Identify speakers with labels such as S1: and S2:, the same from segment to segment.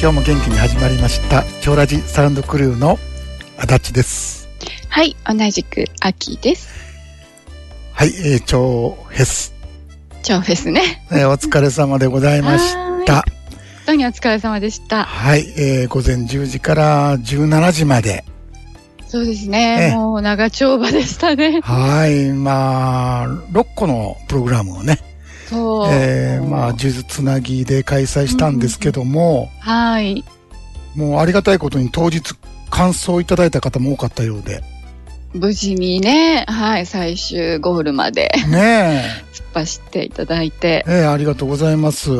S1: 今日も元気に始まりました「超ラジサウンドクルー」の足立です
S2: はい、同じく秋です。
S1: はい、えー、超フェス、
S2: 超フェスね。
S1: えーお疲れ様でございました
S2: 本当にお疲れ様でした。
S1: はい、えー午前10時から17時まで
S2: そうですね。
S1: ええ
S2: もう長丁場でしたね。
S1: はいまあ6個のプログラムをね、
S2: そう。
S1: えーまあ数珠つなぎで開催したんですけども、
S2: はい。
S1: もうありがたいことに当日感想いただいた方も多かったようで
S2: 無事にね、はい、最終ゴールまで
S1: ね
S2: 突っ走っていただいて、
S1: え、えーありがとうございます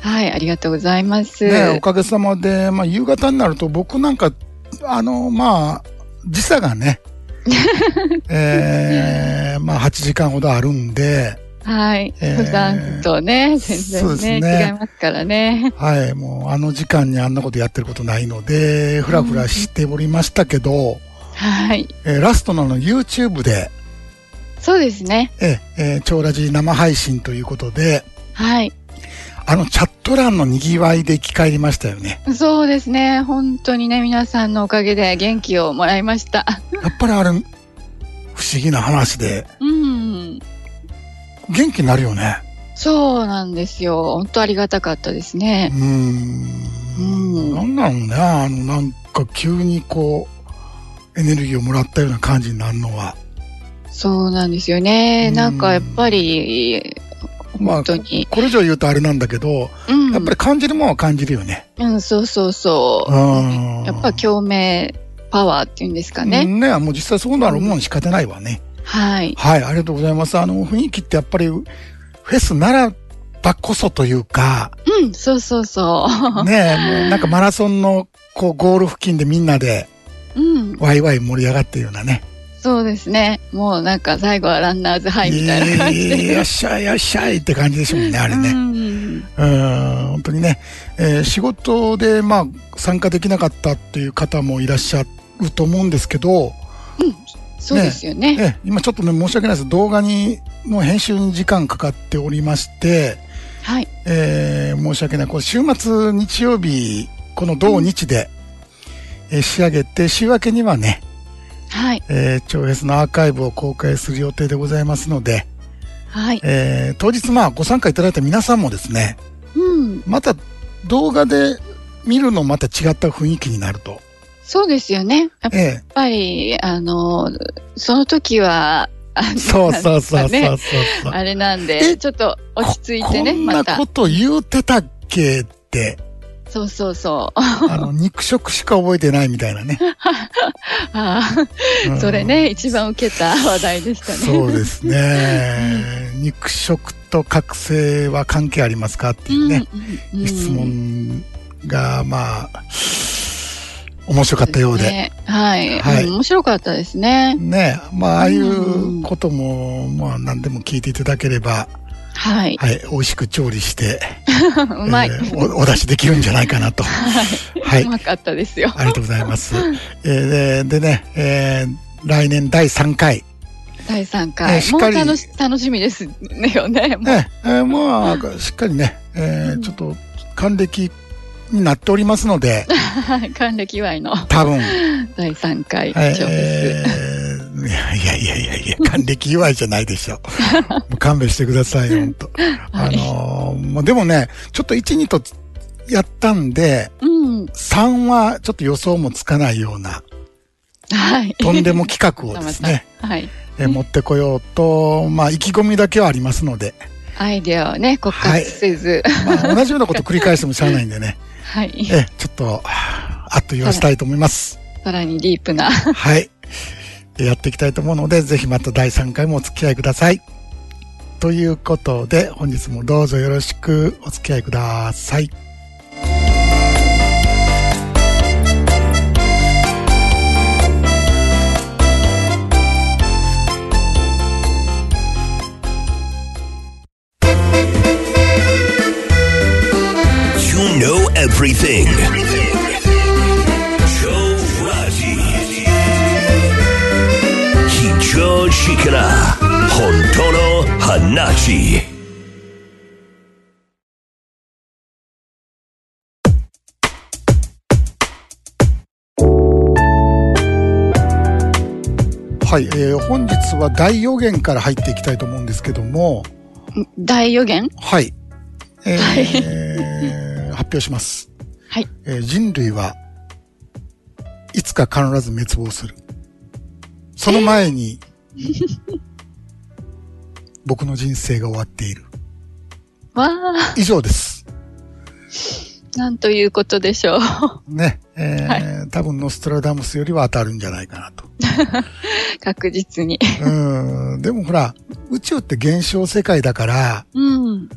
S2: はい、ありがとうございます。
S1: ね、おかげさまで、まあ、夕方になると僕なんか、あの、まあ、時差がね、えー、まあ、8時間ほどあるんで、
S2: はい、
S1: ええ
S2: 普段とね、全然
S1: そうです
S2: ね、
S1: ね
S2: 違いますからね。
S1: はい、もう、あの時間にあんなことやってることないので、ふらふらしておりましたけど、
S2: はい。
S1: えーラストのあの YouTube で、
S2: そうですね。
S1: えー、えー、超ラジ生配信ということで、
S2: はい。
S1: あのチャット欄の賑わいで生き返りましたよね。
S2: そうですね。本当にね、皆さんのおかげで元気をもらいました。
S1: やっぱりあれ、不思議な話で、
S2: うん。
S1: 元気になるよね。
S2: そうなんですよ。本当ありがたかったです
S1: う
S2: ね。
S1: ーん。
S2: うん
S1: なんなのね、あの、なんか急にこう、エネルギーをもらったような感じになるのは。
S2: そうなんですよね。
S1: うん
S2: なんかやっぱり、
S1: まあ
S2: 本当に。
S1: これ以上言うとあれなんだけど、
S2: うん。
S1: やっぱり感じるもんは感じるよね。
S2: り。うん、そうそうそうう。
S1: ん。
S2: やっぱ共鳴パワーっていうんですかね。
S1: ね。もう実際そうなるもん仕方ないわね。
S2: はい。
S1: はい、ありがとうございます。あの、雰囲気ってやっぱり、フェスならばこそというか、
S2: うん、そうそうそ
S1: ねえ、もうなんかマラソンの、こう、ゴール付近でみんなで、
S2: う。 うん。
S1: ワイワイ盛り上がってるようなね。
S2: そうですね。もうなんか最後はランナーズハイみたいな感じ
S1: い
S2: で。
S1: らっしゃい、いらっしゃいって感じでしょうね、あれ
S2: う
S1: ね。
S2: ん。
S1: うん、本当にね、えー仕事で、まあ、参加できなかったっていう方もいらっしゃると思うんですけど、
S2: そうですよね。
S1: え今ちょっとね、申し訳ないです。動画に、の編集に時間かかっておりまして、
S2: はい。
S1: えー申し訳ない。こう週末日曜日、この同日で、えー仕上げて、週明けにはね、
S2: はい。
S1: えー、超越のアーカイブを公開する予定でございますので、
S2: はい。
S1: えー当日まあご参加いただいた皆さんもですね、
S2: うん。
S1: また動画で見るのまた違った雰囲気になると。
S2: そうですよね。やっ
S1: え
S2: やっぱり、あの、その時は、あ
S1: え。そうそうそうそう
S2: な
S1: そ
S2: ん
S1: うそう。
S2: あれなん
S1: え
S2: で、ちょっと落ち着いてね、
S1: ここん
S2: ま
S1: な
S2: た
S1: こ。と言うてたっけ って、
S2: そうそうそう。
S1: あの、肉食しか覚えてないみたいな ね。
S2: あー
S1: うん
S2: それ。ね、一番受けた話題でしたね。
S1: そうですね。肉食と覚醒は関係ありますかっていうね、
S2: うん。うん
S1: 質。問が、まあ、面白かったようで。
S2: ねはい。
S1: はい
S2: うん面白かったですね。
S1: ねまあ、ああい
S2: うん
S1: うことも、まあ、何でも聞いていただければ、
S2: はい。
S1: はい、美味しく調理して、
S2: うまい。
S1: え
S2: は。、
S1: ーおお 出しできるんじゃないかなと。はいいう
S2: まかったですよ。
S1: ありがとうございます。えーででね、えー来年第3回、
S2: 第3
S1: え
S2: 回。
S1: しっ
S2: もう
S1: かり
S2: 楽し、楽しみですねよね。もう
S1: ねえーまあ、しっかりね、えーちょっと還暦になっておりますので、
S2: はい還暦祝いの
S1: 多 分、
S2: 第3回。
S1: え
S2: 超です。
S1: ーいやいやいやいやい や、還暦祝いじゃないでしょう。もう勘弁してくださいよ、ほんと。あ
S2: はい
S1: のーまあ、でもね、ちょっと1、2とやったんで、
S2: うん。
S1: 3はちょっと予想もつかないような、
S2: はい。
S1: とんでも企画をです ね、
S2: はい。
S1: えー持ってこようと、まあ、意気込みだけはありますので、
S2: アイデアをね、枯渇せず、
S1: まあ、同じようなこと繰り返してもしゃあないんでね、
S2: はい、
S1: えーちょっと、あっと言わしたいと思います。
S2: さらにディープな、
S1: はい。えーやっていきたいと思うので、ぜひまた第3回もお付き合いください。ということで、本日もどうぞよろしくお付き合いください。
S3: You know everything. Joe Raji. Hijo Shikara. Hontono Hanachi.
S1: えはい、えー本日は大予言から入っていきたいと思うんですけども、
S2: 大予言
S1: はい。えー 発表します。
S2: はい。
S1: えー人類はいつか必ず滅亡する。その前 に、僕の人生が終わっている。
S2: わあ、
S1: 以上です。
S2: なんということで しょう。
S1: ね。えー多分ノストラダムスよりは当たるんじゃないかなと。
S2: 確実に。
S1: うん。でもほら、宇宙って現象世界だから、
S2: うん。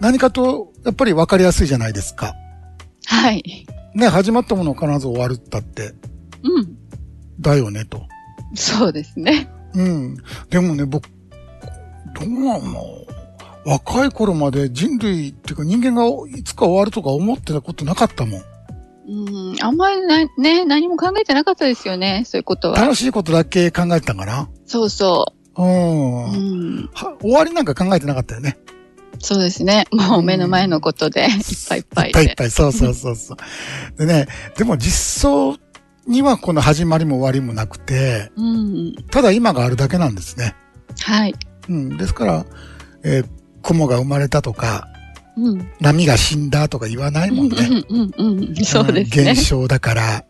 S1: 何かとやっぱり分かりやすいじゃないですか。
S2: はい。
S1: ね、始まったものは必ず終わるったって、
S2: うん。
S1: だよねと。
S2: そうですね。
S1: うん。でもね、僕、どうなの若い頃まで人類っていうか人間がいつか終わるとか思ってたことなかったもん。
S2: うん。あんまりな、ね、何も考えてなかったですよね。そういうことは。
S1: 楽しいことだけ考えてたかな。
S2: そうそ
S1: うん
S2: う。う。ん。
S1: は終わりなんか考えてなかったよね。
S2: そうですね。もう目の前のことで、いっぱいいっぱ
S1: い
S2: い
S1: っぱいいっ
S2: で。
S1: ぱい。そうそうそうそう。 でね、でも実装にはこの始まりも終わりもなくて、
S2: うん。
S1: ただ今があるだけなんですね。
S2: はい。
S1: うん。ですから、えー雲が生まれたとか、
S2: うん。
S1: 波が死んだとか言わないもんね。
S2: うんうんうんうん。 そうです
S1: ん
S2: ね。
S1: 現象だから。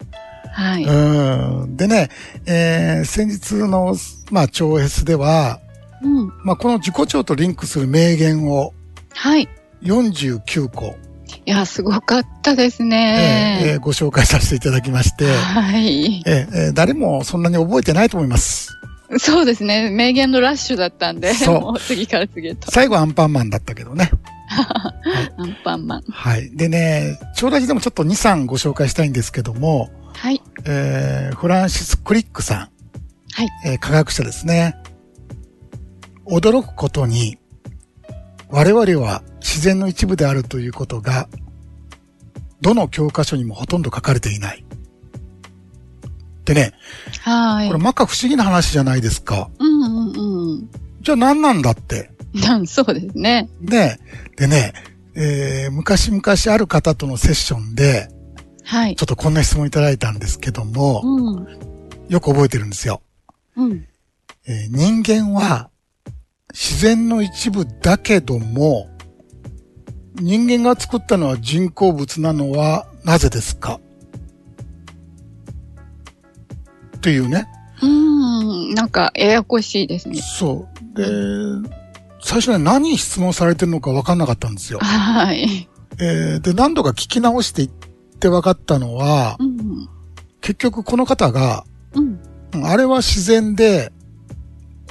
S2: はい。
S1: うん。でね、えー先日の、まあ、超 S では、
S2: うん。
S1: まあ、この自己調とリンクする名言を
S2: はい。い
S1: 49個、
S2: や、すごかったです
S1: えーえ
S2: ね。
S1: ーご紹介させていただきまして、
S2: はい。
S1: えーえー誰もそんなに覚えてないと思います。
S2: そうですね。名言のラッシュだったんで、
S1: そう
S2: もう次から次へと。
S1: 最後アンパンマンだったけどね。
S2: アンパンマン。
S1: はい。でね、超ラジでもちょっと2、3ご紹介したいんですけども、
S2: はい。
S1: えーフランシス・クリックさん。
S2: はい
S1: えー科学者ですね。驚くことに、我々は自然の一部であるということが、どの教科書にもほとんど書かれていない。でね、
S2: はい
S1: これ。まか不思議な話じゃないですか。
S2: うんうんうん。
S1: じゃあ何なんだって。
S2: なん そうですね。
S1: ね。でね、えー昔々ある方とのセッションで、
S2: はい
S1: ち。ょっとこんな質問いただいたんですけども、
S2: うん。
S1: よく覚えてるんですよ。
S2: うん。
S1: えー人間は自然の一部だけども、人間が作ったのは人工物なのはなぜですかというね。
S2: うん。なんか、ややこしいですね。
S1: そう。で、最初ね、何質問されてるのか分かんなかったんですよ。
S2: はい。
S1: えーで、何度か聞き直していって分かったのは
S2: う、ん。
S1: 結局この方が、
S2: うん。
S1: うんあれは自然で、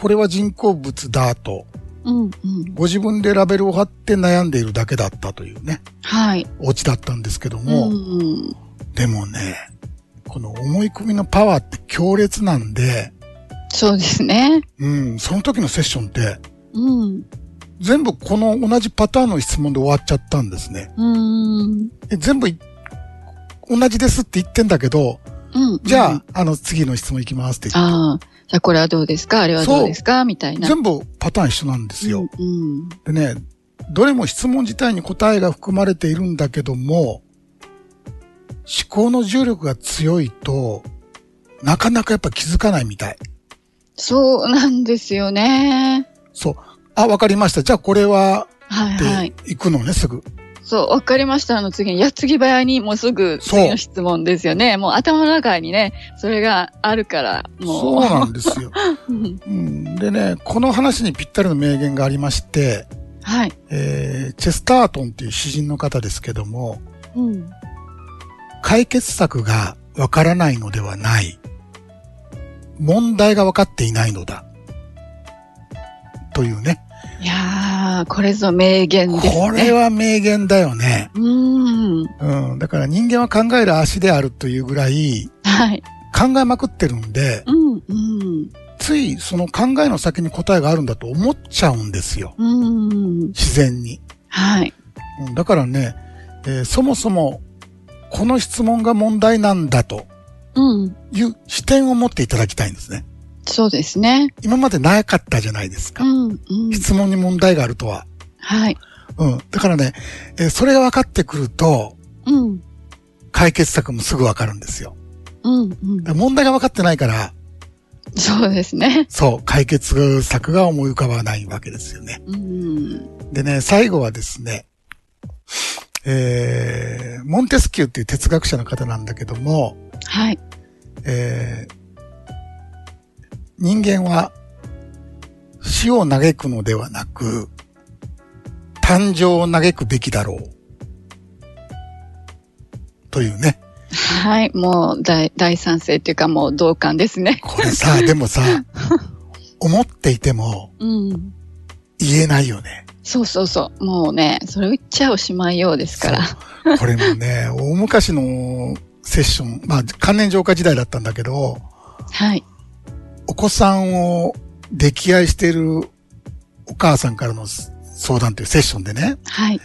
S1: これは人工物だと。
S2: うん。うん。
S1: ご自分でラベルを貼って悩んでいるだけだったというね、
S2: はい。
S1: オチだったんですけども、
S2: うん。
S1: でもね、この思い込みのパワーって強烈なんで、
S2: そうですね。
S1: うん、その時のセッションって、
S2: うん。
S1: 全部この同じパターンの質問で終わっちゃったんですね。
S2: うん。
S1: え全部い、同じですって言ってんだけど、
S2: うん。
S1: じゃあ、
S2: うん
S1: あの、次の質問行きますって言って、
S2: ああ、じゃあこれはどうですかあれはどうですかみたいな。
S1: 全部パターン一緒なんですよ。
S2: うん。
S1: でね、どれも質問自体に答えが含まれているんだけども、思考の重力が強いと、なかなかやっぱ気づかないみたい。
S2: そうなんですよね。
S1: そう。あ、わかりました。じゃあこれは、
S2: はい
S1: って
S2: はい。
S1: 行くのね、すぐ。
S2: そう、わかりました。あの次に、矢継ぎ早にもうすぐ
S1: そう
S2: 次の質問ですよね。もう頭の中にね、それがあるから、
S1: そう
S2: も
S1: なんです よ。
S2: う。うん
S1: うん、でね、この話にぴったりの名言がありまして、
S2: はい。
S1: えー、チェスタートンっていう詩人の方ですけども、
S2: うん。
S1: 解決策がわからないのではない。問題がわかっていないのだ。というね。
S2: いやー、これぞ名言ですね。
S1: これは名言だよね。
S2: うん。
S1: うん。だから人間は考える足であるというぐらい
S2: はい。
S1: 考えまくってるんで、
S2: うん、うん。
S1: ついその考えの先に答えがあるんだと思っちゃうんですよ。
S2: うん。
S1: 自然に。
S2: はい。
S1: うん、だからね、えーそもそもこの質問が問題なんだと
S2: うん。
S1: いう視点を持っていただきたいんですね。
S2: そうですね。
S1: 今までなかったじゃないです
S2: う
S1: か。
S2: ん、うん。
S1: 質問に問題があるとは。
S2: はい。
S1: うん。だからね、えーそれが分かってくると、
S2: うん。
S1: 解決策もすぐ分かるんですよ。
S2: うん、うん
S1: だか。ら問題が分かってないから、
S2: そうですね。
S1: そう、解決策が思い浮かばないわけですよね。
S2: うん。
S1: でね、最後はですね、えー、モンテスキューっていう哲学者の方なんだけども、
S2: はい。
S1: えー、人間は死を嘆くのではなく、誕生を嘆くべきだろう。というね。
S2: はい。もう大、大賛成っていうかもう同感ですね。
S1: これ さ、でもさ、思っていても
S2: うん。
S1: 言えないよね。
S2: そうそうそう。もうね、それを言っちゃおしまいようですから。
S1: そう。これもね、大昔のセッション、まあ、関連浄化時代だったんだけど、
S2: はい。
S1: お子さんを溺愛しているお母さんからの相談というセッションでね、
S2: はい。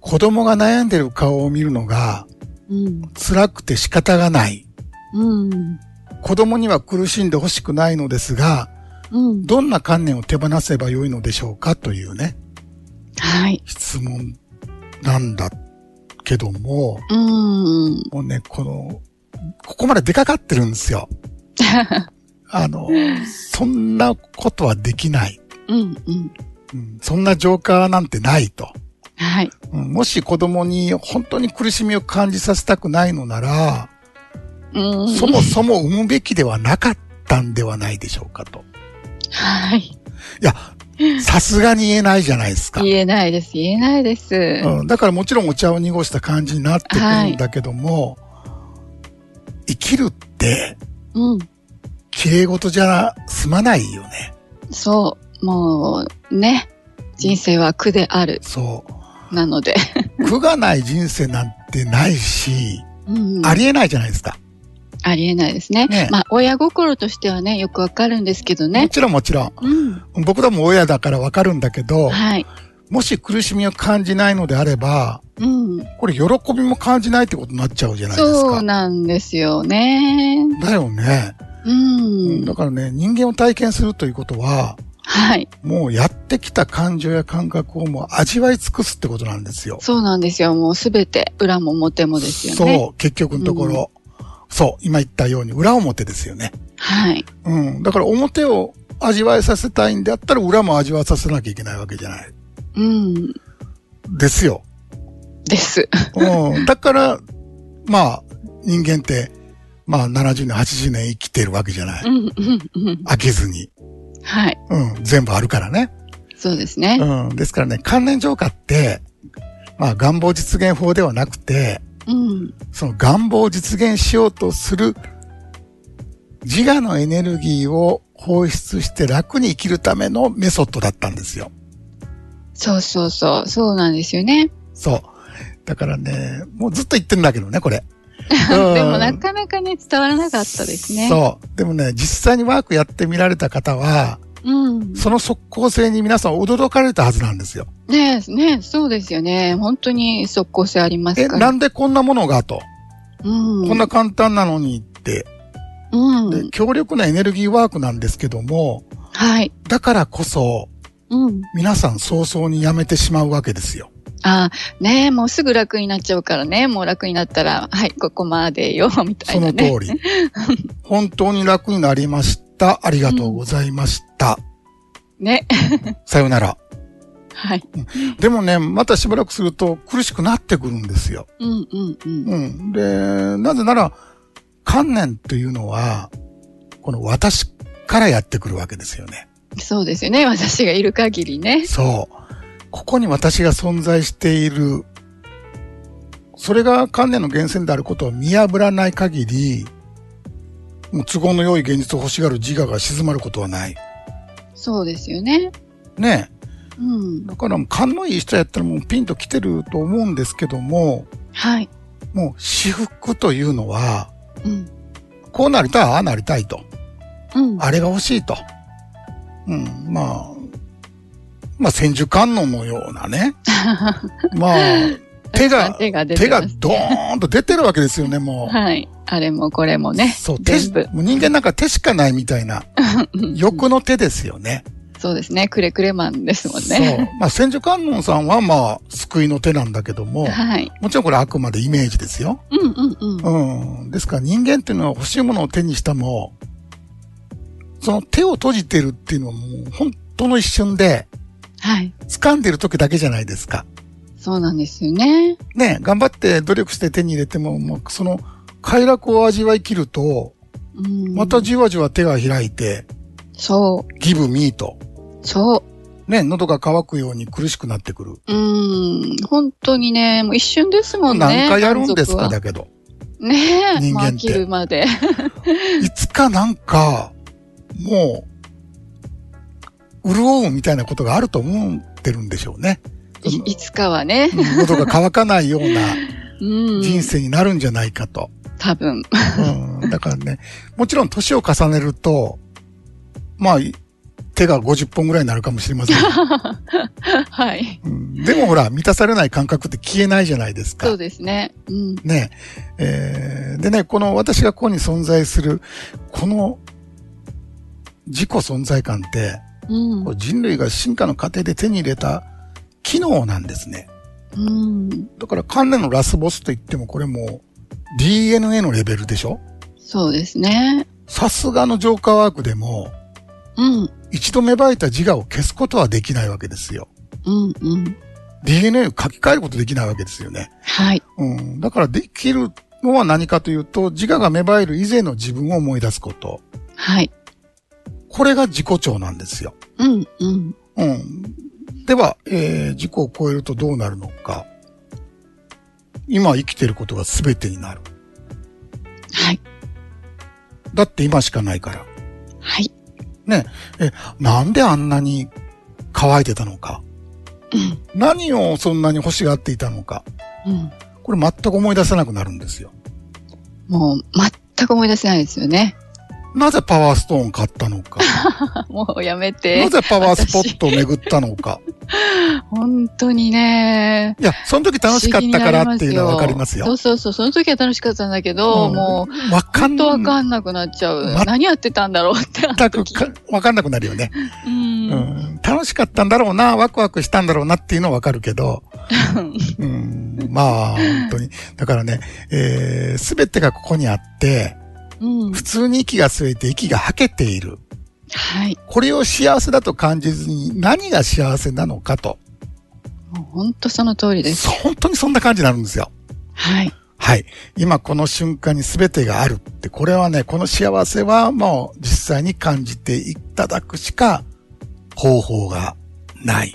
S1: 子供が悩んでる顔を見るのが
S2: うん。
S1: 辛くて仕方がない。
S2: うん。
S1: 子供には苦しんでほしくないのですが、
S2: うん。
S1: どんな観念を手放せばよいのでしょうかというね、
S2: はい。
S1: 質問なんだけども、
S2: うん。
S1: もうね、この、ここまで出かかってるんですよ。あの、そんなことはできない。
S2: うん。うん。
S1: うんそんな浄化なんてないと。
S2: はい。
S1: うんもし子供に本当に苦しみを感じさせたくないのなら、
S2: うん。
S1: そもそも産むべきではなかったんではないでしょうかと。
S2: はい。
S1: いや、さすがに言えないじゃないですか。
S2: 言 えないです。言えないです。
S1: うん、だからもちろんお茶を濁した感じになってくるんだけども、生きるって、
S2: うん。
S1: 綺麗事じゃ済まないよね。
S2: そう。もう、ね。人生は苦である。
S1: そ
S2: なので。
S1: う。苦がない人生なんてないし、
S2: うん。
S1: ありえないじゃないですか。
S2: ありえないですね。
S1: ね
S2: まあ、親心としてはね、よくわかるんですけど
S1: も
S2: ね。
S1: ちろんもちろん。
S2: うん。
S1: 僕らも親だからわかるんだけど、
S2: はい。
S1: もし苦しみを感じないのであれば、
S2: うん。
S1: これ喜びも感じないってことになっちゃうじゃないです
S2: そう
S1: か。
S2: なんですよね。
S1: だよね、
S2: う
S1: うん。
S2: ん
S1: だ。からね、人間を体験するということは、
S2: はい。
S1: もうやってきた感情や感覚をもう味わい尽くすってことなんですよ。
S2: そうなんですよ。もうすべて裏も表もですよね。
S1: そう、結局のところ。そう、今言ったように裏表ですよね。
S2: はい。
S1: うん。だから表を味わいさせたいんであったら裏も味わいさせなきゃいけないわけじゃない。
S2: うん。
S1: ですよ。
S2: です。
S1: うん。だから、まあ、人間って、まあ70年、80年生きてるわけじゃな
S2: う
S1: い。
S2: ん、うん、うん。
S1: 飽きずに。
S2: はい。
S1: うん。全部あるからね。
S2: そうですね。
S1: うん。ですからね、関連浄化って、まあ願望実現法ではなくて、
S2: うん。
S1: その願望を実現しようとする自我のエネルギーを放出して楽に生きるためのメソッドだったんですよ。
S2: そうそうそう。そうなんですよね。
S1: そう。だからね、もうずっと言ってるんだけどね、こ れ。
S2: でもな
S1: うん
S2: かなかね、伝わらなかったですね。
S1: そう。でもね、実際にワークやってみられた方は、
S2: うん。
S1: その即効性に皆さん驚かれたはずなんですよ。
S2: ねえ、ねえ、そうですよね。本当に即効性あります
S1: え、
S2: から。
S1: なんでこんなものがと。
S2: うん。
S1: こんな簡単なのにって。
S2: う
S1: で
S2: ん。
S1: 強力なエネルギーワークなんですけども、
S2: はい。
S1: だからこそ、
S2: うん。
S1: 皆さん早々にやめてしまうわけですよ。
S2: ああ、ねえ、もうすぐ楽になっちゃうからね。もう楽になったら、はい、ここまでよ、みた
S1: そ
S2: いな
S1: の
S2: ね。
S1: 通 り。本当に楽になりました。ありがとうございました。
S2: ね。
S1: さよなら。
S2: はい。
S1: でもね、またしばらくすると苦しくなってくるんですよ。
S2: うん、うん、う
S1: う
S2: ん。
S1: ん。で、なぜなら、観念というのは、この私からやってくるわけですよね。
S2: そうですよね。私がいる限りね。
S1: そう。ここに私が存在している。それが観念の源泉であることを見破らない限り、もう都合の良い現実を欲しがる自我が静まることはない。
S2: そうですよね。
S1: ね
S2: うん
S1: え。。だからもう勘のいい人やったらもうピンと来てると思うんですけども、
S2: はい。
S1: もう私服というのは、
S2: うん。
S1: こうなりたい、ああなりたいと。
S2: うん。
S1: あれが欲しいと。うん、まあ、まあ千手観音のようなね。まあ、手が、
S2: 手が出
S1: 手
S2: て
S1: が
S2: ます。
S1: ドーンと出てるわけですよね、もう。
S2: はい。あれもこれもね。
S1: そう、手し、
S2: 全
S1: も
S2: 部。
S1: う人間なんか手しかないみたいな、欲の手ですよね。
S2: そうですね。くれくれマンですもんね。
S1: そう。まあ、千手観音さんはまあ、救いの手なんだけども、
S2: はい。
S1: もちろんこれあくまでイメージですよ。
S2: うんうんうん。
S1: うん。ですから人間っていうのは欲しいものを手にしても、その手を閉じてるっていうのはもう本当の一瞬で、
S4: はい。
S1: 掴んでる時だけじゃないですか。
S4: そうなんですよね。
S1: ね、頑張って努力して手に入れても、もうその快楽を味わい切ると、
S4: うん。
S1: またじわじわ手が開いて、
S4: そ
S1: ギブミーと、
S4: う。そ
S1: ね、喉が渇くように苦しくなってくる。
S4: う。うん。本当にね、もう一瞬ですもんね。
S1: 何回やるんで
S4: 満
S1: す
S4: 足
S1: か
S4: は
S1: だけど。
S4: ねえ。
S1: 人
S4: まあ
S1: 間って
S4: 飽きるまで。
S1: いつかなんか、もう、潤うみたいなことがあると思ってるんでしょうね。
S4: いいつかはね。
S1: うん喉が渇かないような
S4: うん。
S1: 人生になるんじゃないかと。
S4: 多 分。
S1: うん、だからね、もちろん年を重ねると、まあ、い手が50本ぐらいになるかもしれません。
S4: はい。
S1: うんでもほら、満たされない感覚って消えないじゃないですか。
S4: そうですね。うん。
S1: ねえーでね、この私がここに存在する、この自己存在感って、
S4: うん
S1: こ。う人類が進化の過程で手に入れた機能なんですね。
S4: うん。
S1: だから関連のラスボスと言ってもこれもう DNA のレベルでしょ
S4: そうですね。
S1: さすがのジョーカーワークでも、
S4: うん。
S1: 一度芽生えた自我を消すことはできないわけですよ。
S4: うん。うん。
S1: DNA を書き換えることできないわけですよね。
S4: はい。
S1: うん。だからできるのは何かというと、自我が芽生える以前の自分を思い出すこと。
S4: はい。
S1: これが自己調なんですよ。
S4: うん。うん。
S1: うん。では、えー、自己を超えるとどうなるのか。今生きてることが全てになる。
S4: はい。
S1: だって今しかないから。
S4: はい。
S1: ね。え、なんであんなに乾いてたのか。何をそんなに欲しがっていたのか。
S4: うん。
S1: これ全く思い出せなくなるんですよ。
S4: もう、全く思い出せないですよね。
S1: なぜパワーストーン買ったのか。
S4: あ もうやめ
S1: な
S4: て。
S1: ぜパワースポットを巡ったのか。
S4: 本当にね。
S1: いや、その時楽しかったからっていうのはわかります
S4: そ
S1: よ。
S4: うそうそう。その時は楽しかったんだけど、
S1: うん
S4: も
S1: わ
S4: う、
S1: か
S4: ほ
S1: ん
S4: んとわかんなくなっちゃう。
S1: ま
S4: 何やってたんだろうって。
S1: 全くかわかんなくなるよね、
S4: う。
S1: うんん。楽しかったんだろうな、ワクワクしたんだろうなっていうのはわかるけど、うん、まあ、本当に。だからね、えー、すべてがここにあって、
S4: うん。
S1: 普通に息が吸えて息が吐けている。
S4: はい。
S1: これを幸せだと感じずに何が幸せなのかと。
S4: もう本当その通りです。
S1: そ本当にそんな感じになるんですよ。
S4: はい。
S1: はい。今この瞬間に全てがあるって、これはね、この幸せはもう実際に感じていただくしか方法がない。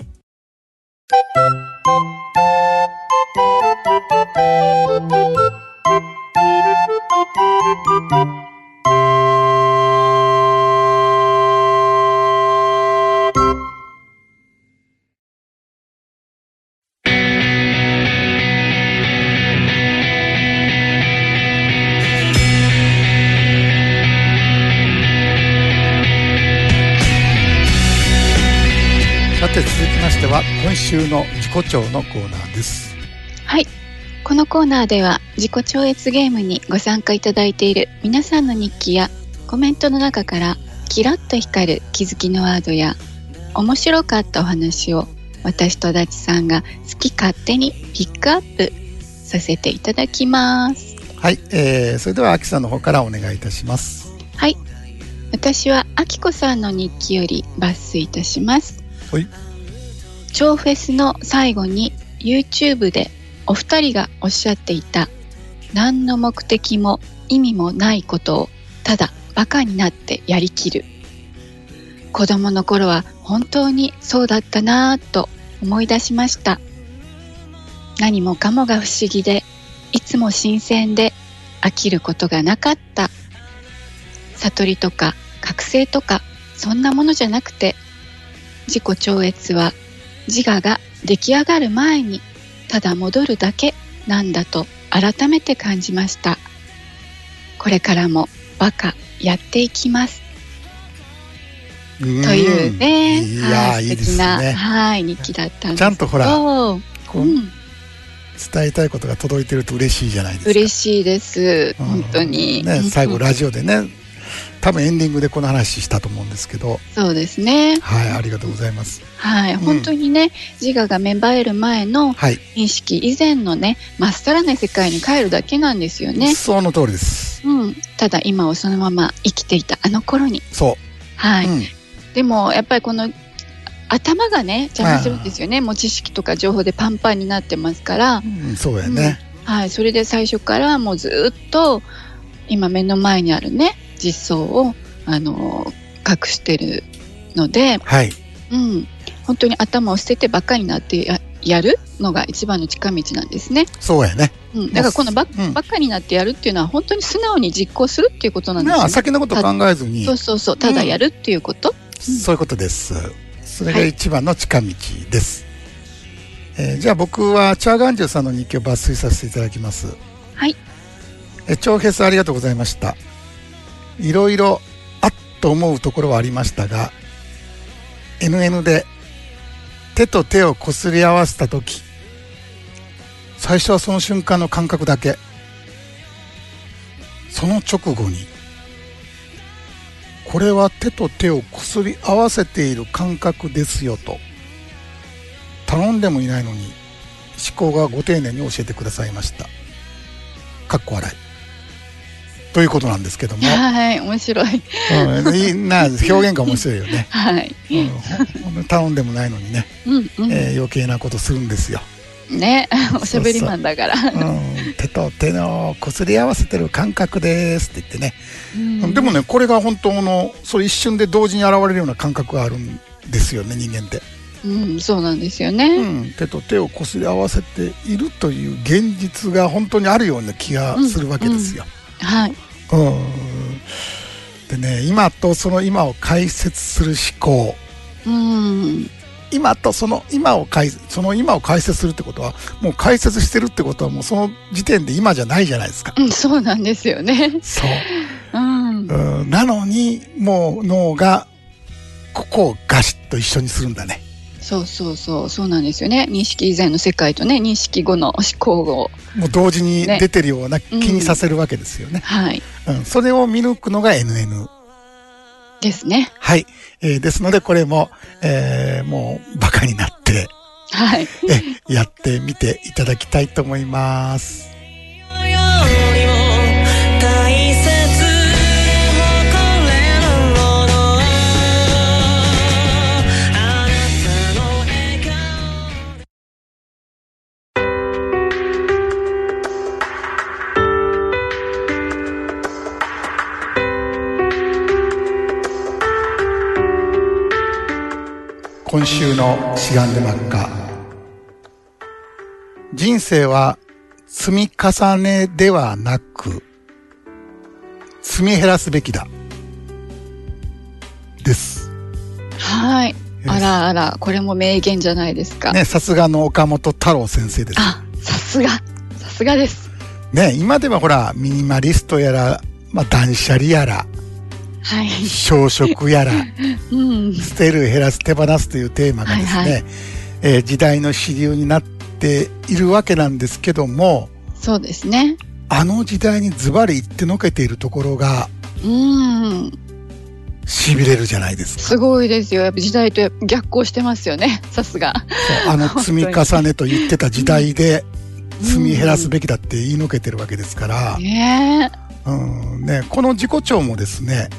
S1: さて続きましては、今週の自己調のコーナーです。
S2: はい。このコーナーでは自己超越ゲームにご参加いただいている皆さんの日記やコメントの中からキラッと光る気づきのワードや面白かったお話を私と足立さんが好き勝手にピックアップさせていただきます。
S1: はい。えー、それでは、秋さんの方からお願いいたします。
S2: 私はあきこさんの日記より抜粋いたします。
S1: はい。
S2: 超フェスの最後に YouTube でお二人がおっしゃっていた何の目的も意味もないことをただバカになってやりきる。子供の頃は本当にそうだったなぁと思い出しました。何もかもが不思議で、いつも新鮮で飽きることがなかった悟りとか覚醒とかそんなものじゃなくて自己超越は自我が出来上がる前にただ戻るだけなんだと改めて感じましたこれからもバカやっていきます
S1: と
S2: というね
S1: いや
S2: は
S1: ー、
S2: い
S1: いいで
S2: 素
S1: す
S2: 敵な
S1: ね。
S2: はい日記だったんです
S1: ちゃんとほ
S2: け
S1: ら、
S2: ど
S1: こ
S2: う、
S1: うん伝えたいことが届いてると嬉しいじゃないですか。
S4: 嬉しいです。
S1: うん
S4: 本当に。
S1: ね、最後ラジオでね、多分エンディングでこの話したと思うんですけど、
S2: そうですね
S1: はい、ありがとうございます。
S2: はい、
S1: ん
S2: 本当にね自我が芽生える前の
S1: はい、
S2: 認識以前のねまっさらな世界に帰るだけなんですよね、
S1: その通りです。
S2: うん、ただ今をそのまま生きていたあの頃に
S1: そ
S2: はい、
S1: うん
S2: でもやっぱりこの頭がね邪魔するんですよねもう知識とか情報でパンパンになってますから、
S1: うんそうだよね。
S2: はい、それで最初からもうずっと今目の前にあるね実装をあの隠してるので、
S1: はい。
S2: うん、本当に頭を捨ててバカになってややるのが一番の近道なんですね、
S1: そうやね。
S2: うん、だからこのバ,、
S1: うん
S2: バカになってやるっていうのは本当に素直に実行するっていうことなんです
S1: ま
S2: よ
S1: あ、
S2: ね。
S1: 先のこと考えずに
S2: そ、うそうそうただやるっていうこと、
S1: そういうことです。それが一番の近道です。えーじゃあ僕はチャーガンジュさんの日記を抜粋させていただきます。
S2: はい。
S1: えー、長平さんありがとうございました。いろいろあっと思うところはありましたが、NN で手と手をこすり合わせたとき、最初はその瞬間の感覚だけ。その直後にこれは手と手をこすり合わせている感覚ですよと頼んでもいないのに思考がご丁寧に教えてくださいましたかっこ笑いということなんですけども、
S2: はい面白い
S1: うん、いいな表現が面白いよね、
S2: はい、
S1: うんほん、頼んでもないのにね、
S2: うんうん
S1: えー余計なことするんですよ、
S2: ねおしゃべりマンだから
S1: うん、手と手のこすり合わせてる感覚ですって言ってね
S2: うん
S1: でもねこれが本当のそう一瞬で同時に現れるような感覚があるんですよね人間って、
S2: うん、そうなんですよね、
S1: うん、手と手をこすり合わせているという現実が本当にあるような気がするわけですよ、
S2: はい
S1: うんでね今とその今を解説する思考
S2: うん
S1: 今とその今を解その今を解説するってことはもう解説してるってことはもうその時点で今じゃないじゃないですか
S2: うんそうなんですよね
S1: そう
S2: うん
S1: うんなのにもう脳がここをガシッと一緒にするんだね
S2: そうそうそうそうなんですよね認識以前の世界とね認識後の思考を
S1: もう同時に
S2: ね
S1: 出てるような気にさせるわけですよね。
S2: はい
S1: うん、それを見抜くのが NN。
S2: ですね
S1: はい。えーですので、これも、えーもう、バカにな って、
S2: はい
S1: え、やってみていただきたいと思います。
S5: よりも大切誇れるものあなたの笑顔
S1: 今週の志願で真っ赤。人生は積み重ねではなく、積み減らすべきだ。です。
S2: はいあらあらこれも名言じゃないですか、
S1: ね、さすがの岡本太郎先生です。
S2: あさすがさすがです
S1: ね、今ではほら、ミニマリストやら、まあ、断捨離やら、
S2: はい
S1: 小食 やら、
S2: うん
S1: 捨てる、減らす、手放すというテーマがですね、
S2: はいは
S1: えー時代の主流になっているわけなんですけども、
S2: そうですね
S1: あの時代にズバリ言ってのけているところが、
S2: うん
S1: 痺れるじゃないですか。
S2: すごいですよやっぱ時代と逆行してますよねさすが
S1: そうあの積み重ねと言ってた時代で、積み減らすべきだって言いのけてるわけですから、
S2: ね
S1: うんね、この自己調もですね、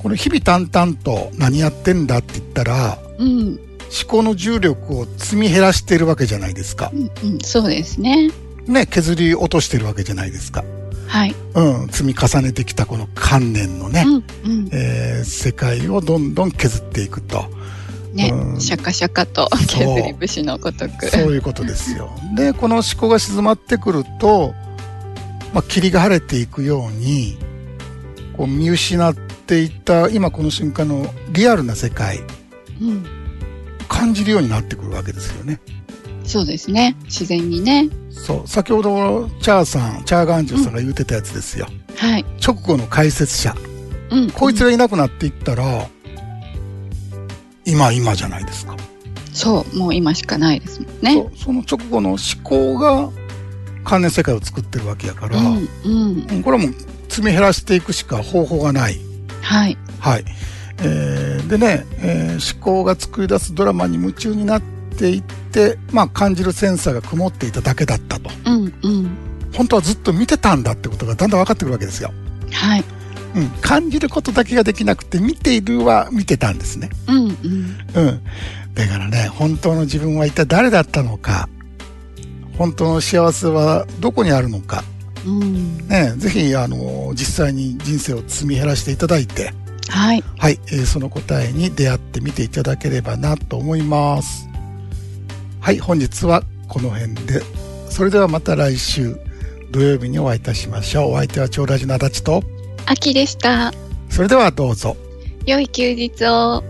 S1: この日々淡々と何やってんだって言ったら、
S2: えうん
S1: 思考の重力を積み減らしているわけじゃないですか。
S2: うんうんそうですね
S1: ね、削り落としてるわけじゃないですか。
S2: はい
S1: うん、積み重ねてきたこの観念のね、
S2: うんうん
S1: えー世界をどんどん削っていくと。
S2: ね
S1: うん
S2: シャカシャカと
S1: そう
S2: 削り節のごとく
S1: そういうことですよ。 で、この思考が静まってくると、まあ、霧が晴れていくように、こう見失っていた今この瞬間のリアルな世界、
S2: うん
S1: 感じるようになってくるわけですよね。
S2: そうですね自然にね
S1: そう、先ほどチャーさん、チャーガンジュさんが言ってたやつですよ。
S2: はい
S1: 直後の解説者。
S2: うん
S1: こいつがいなくなっていったら、今今じゃないですか。
S2: そうもう今しかないですもんね
S1: そその直後の思考が関連世界を作ってるわけやから、
S2: うんうん
S1: これはもう積み減らしていくしか方法がない。
S2: はい
S1: はい。えーでね、えー思考が作り出すドラマに夢中になっていって、まあ感じるセンサーが曇っていただけだったと。
S2: うんうん
S1: 本当はずっと見てたんだってことがだんだん分かってくるわけですよ。
S2: はい
S1: うん、感じることだけができなくて見ているは見てたんですね、
S6: うんうん
S1: うん、だからね本当の自分は一体誰だったのか本当の幸せはどこにあるのか、
S6: うん
S1: ね、ぜひあの実際に人生を積み減らしていただいて、
S6: はい
S1: はい、えーその答えに出会ってみていただければなと思います。はい、本日はこの辺で。それではまた来週土曜日にお会いいたしましょう。お相手は長ラジの足立と、
S6: 秋でした
S1: それではどうぞ。
S6: 良い休日を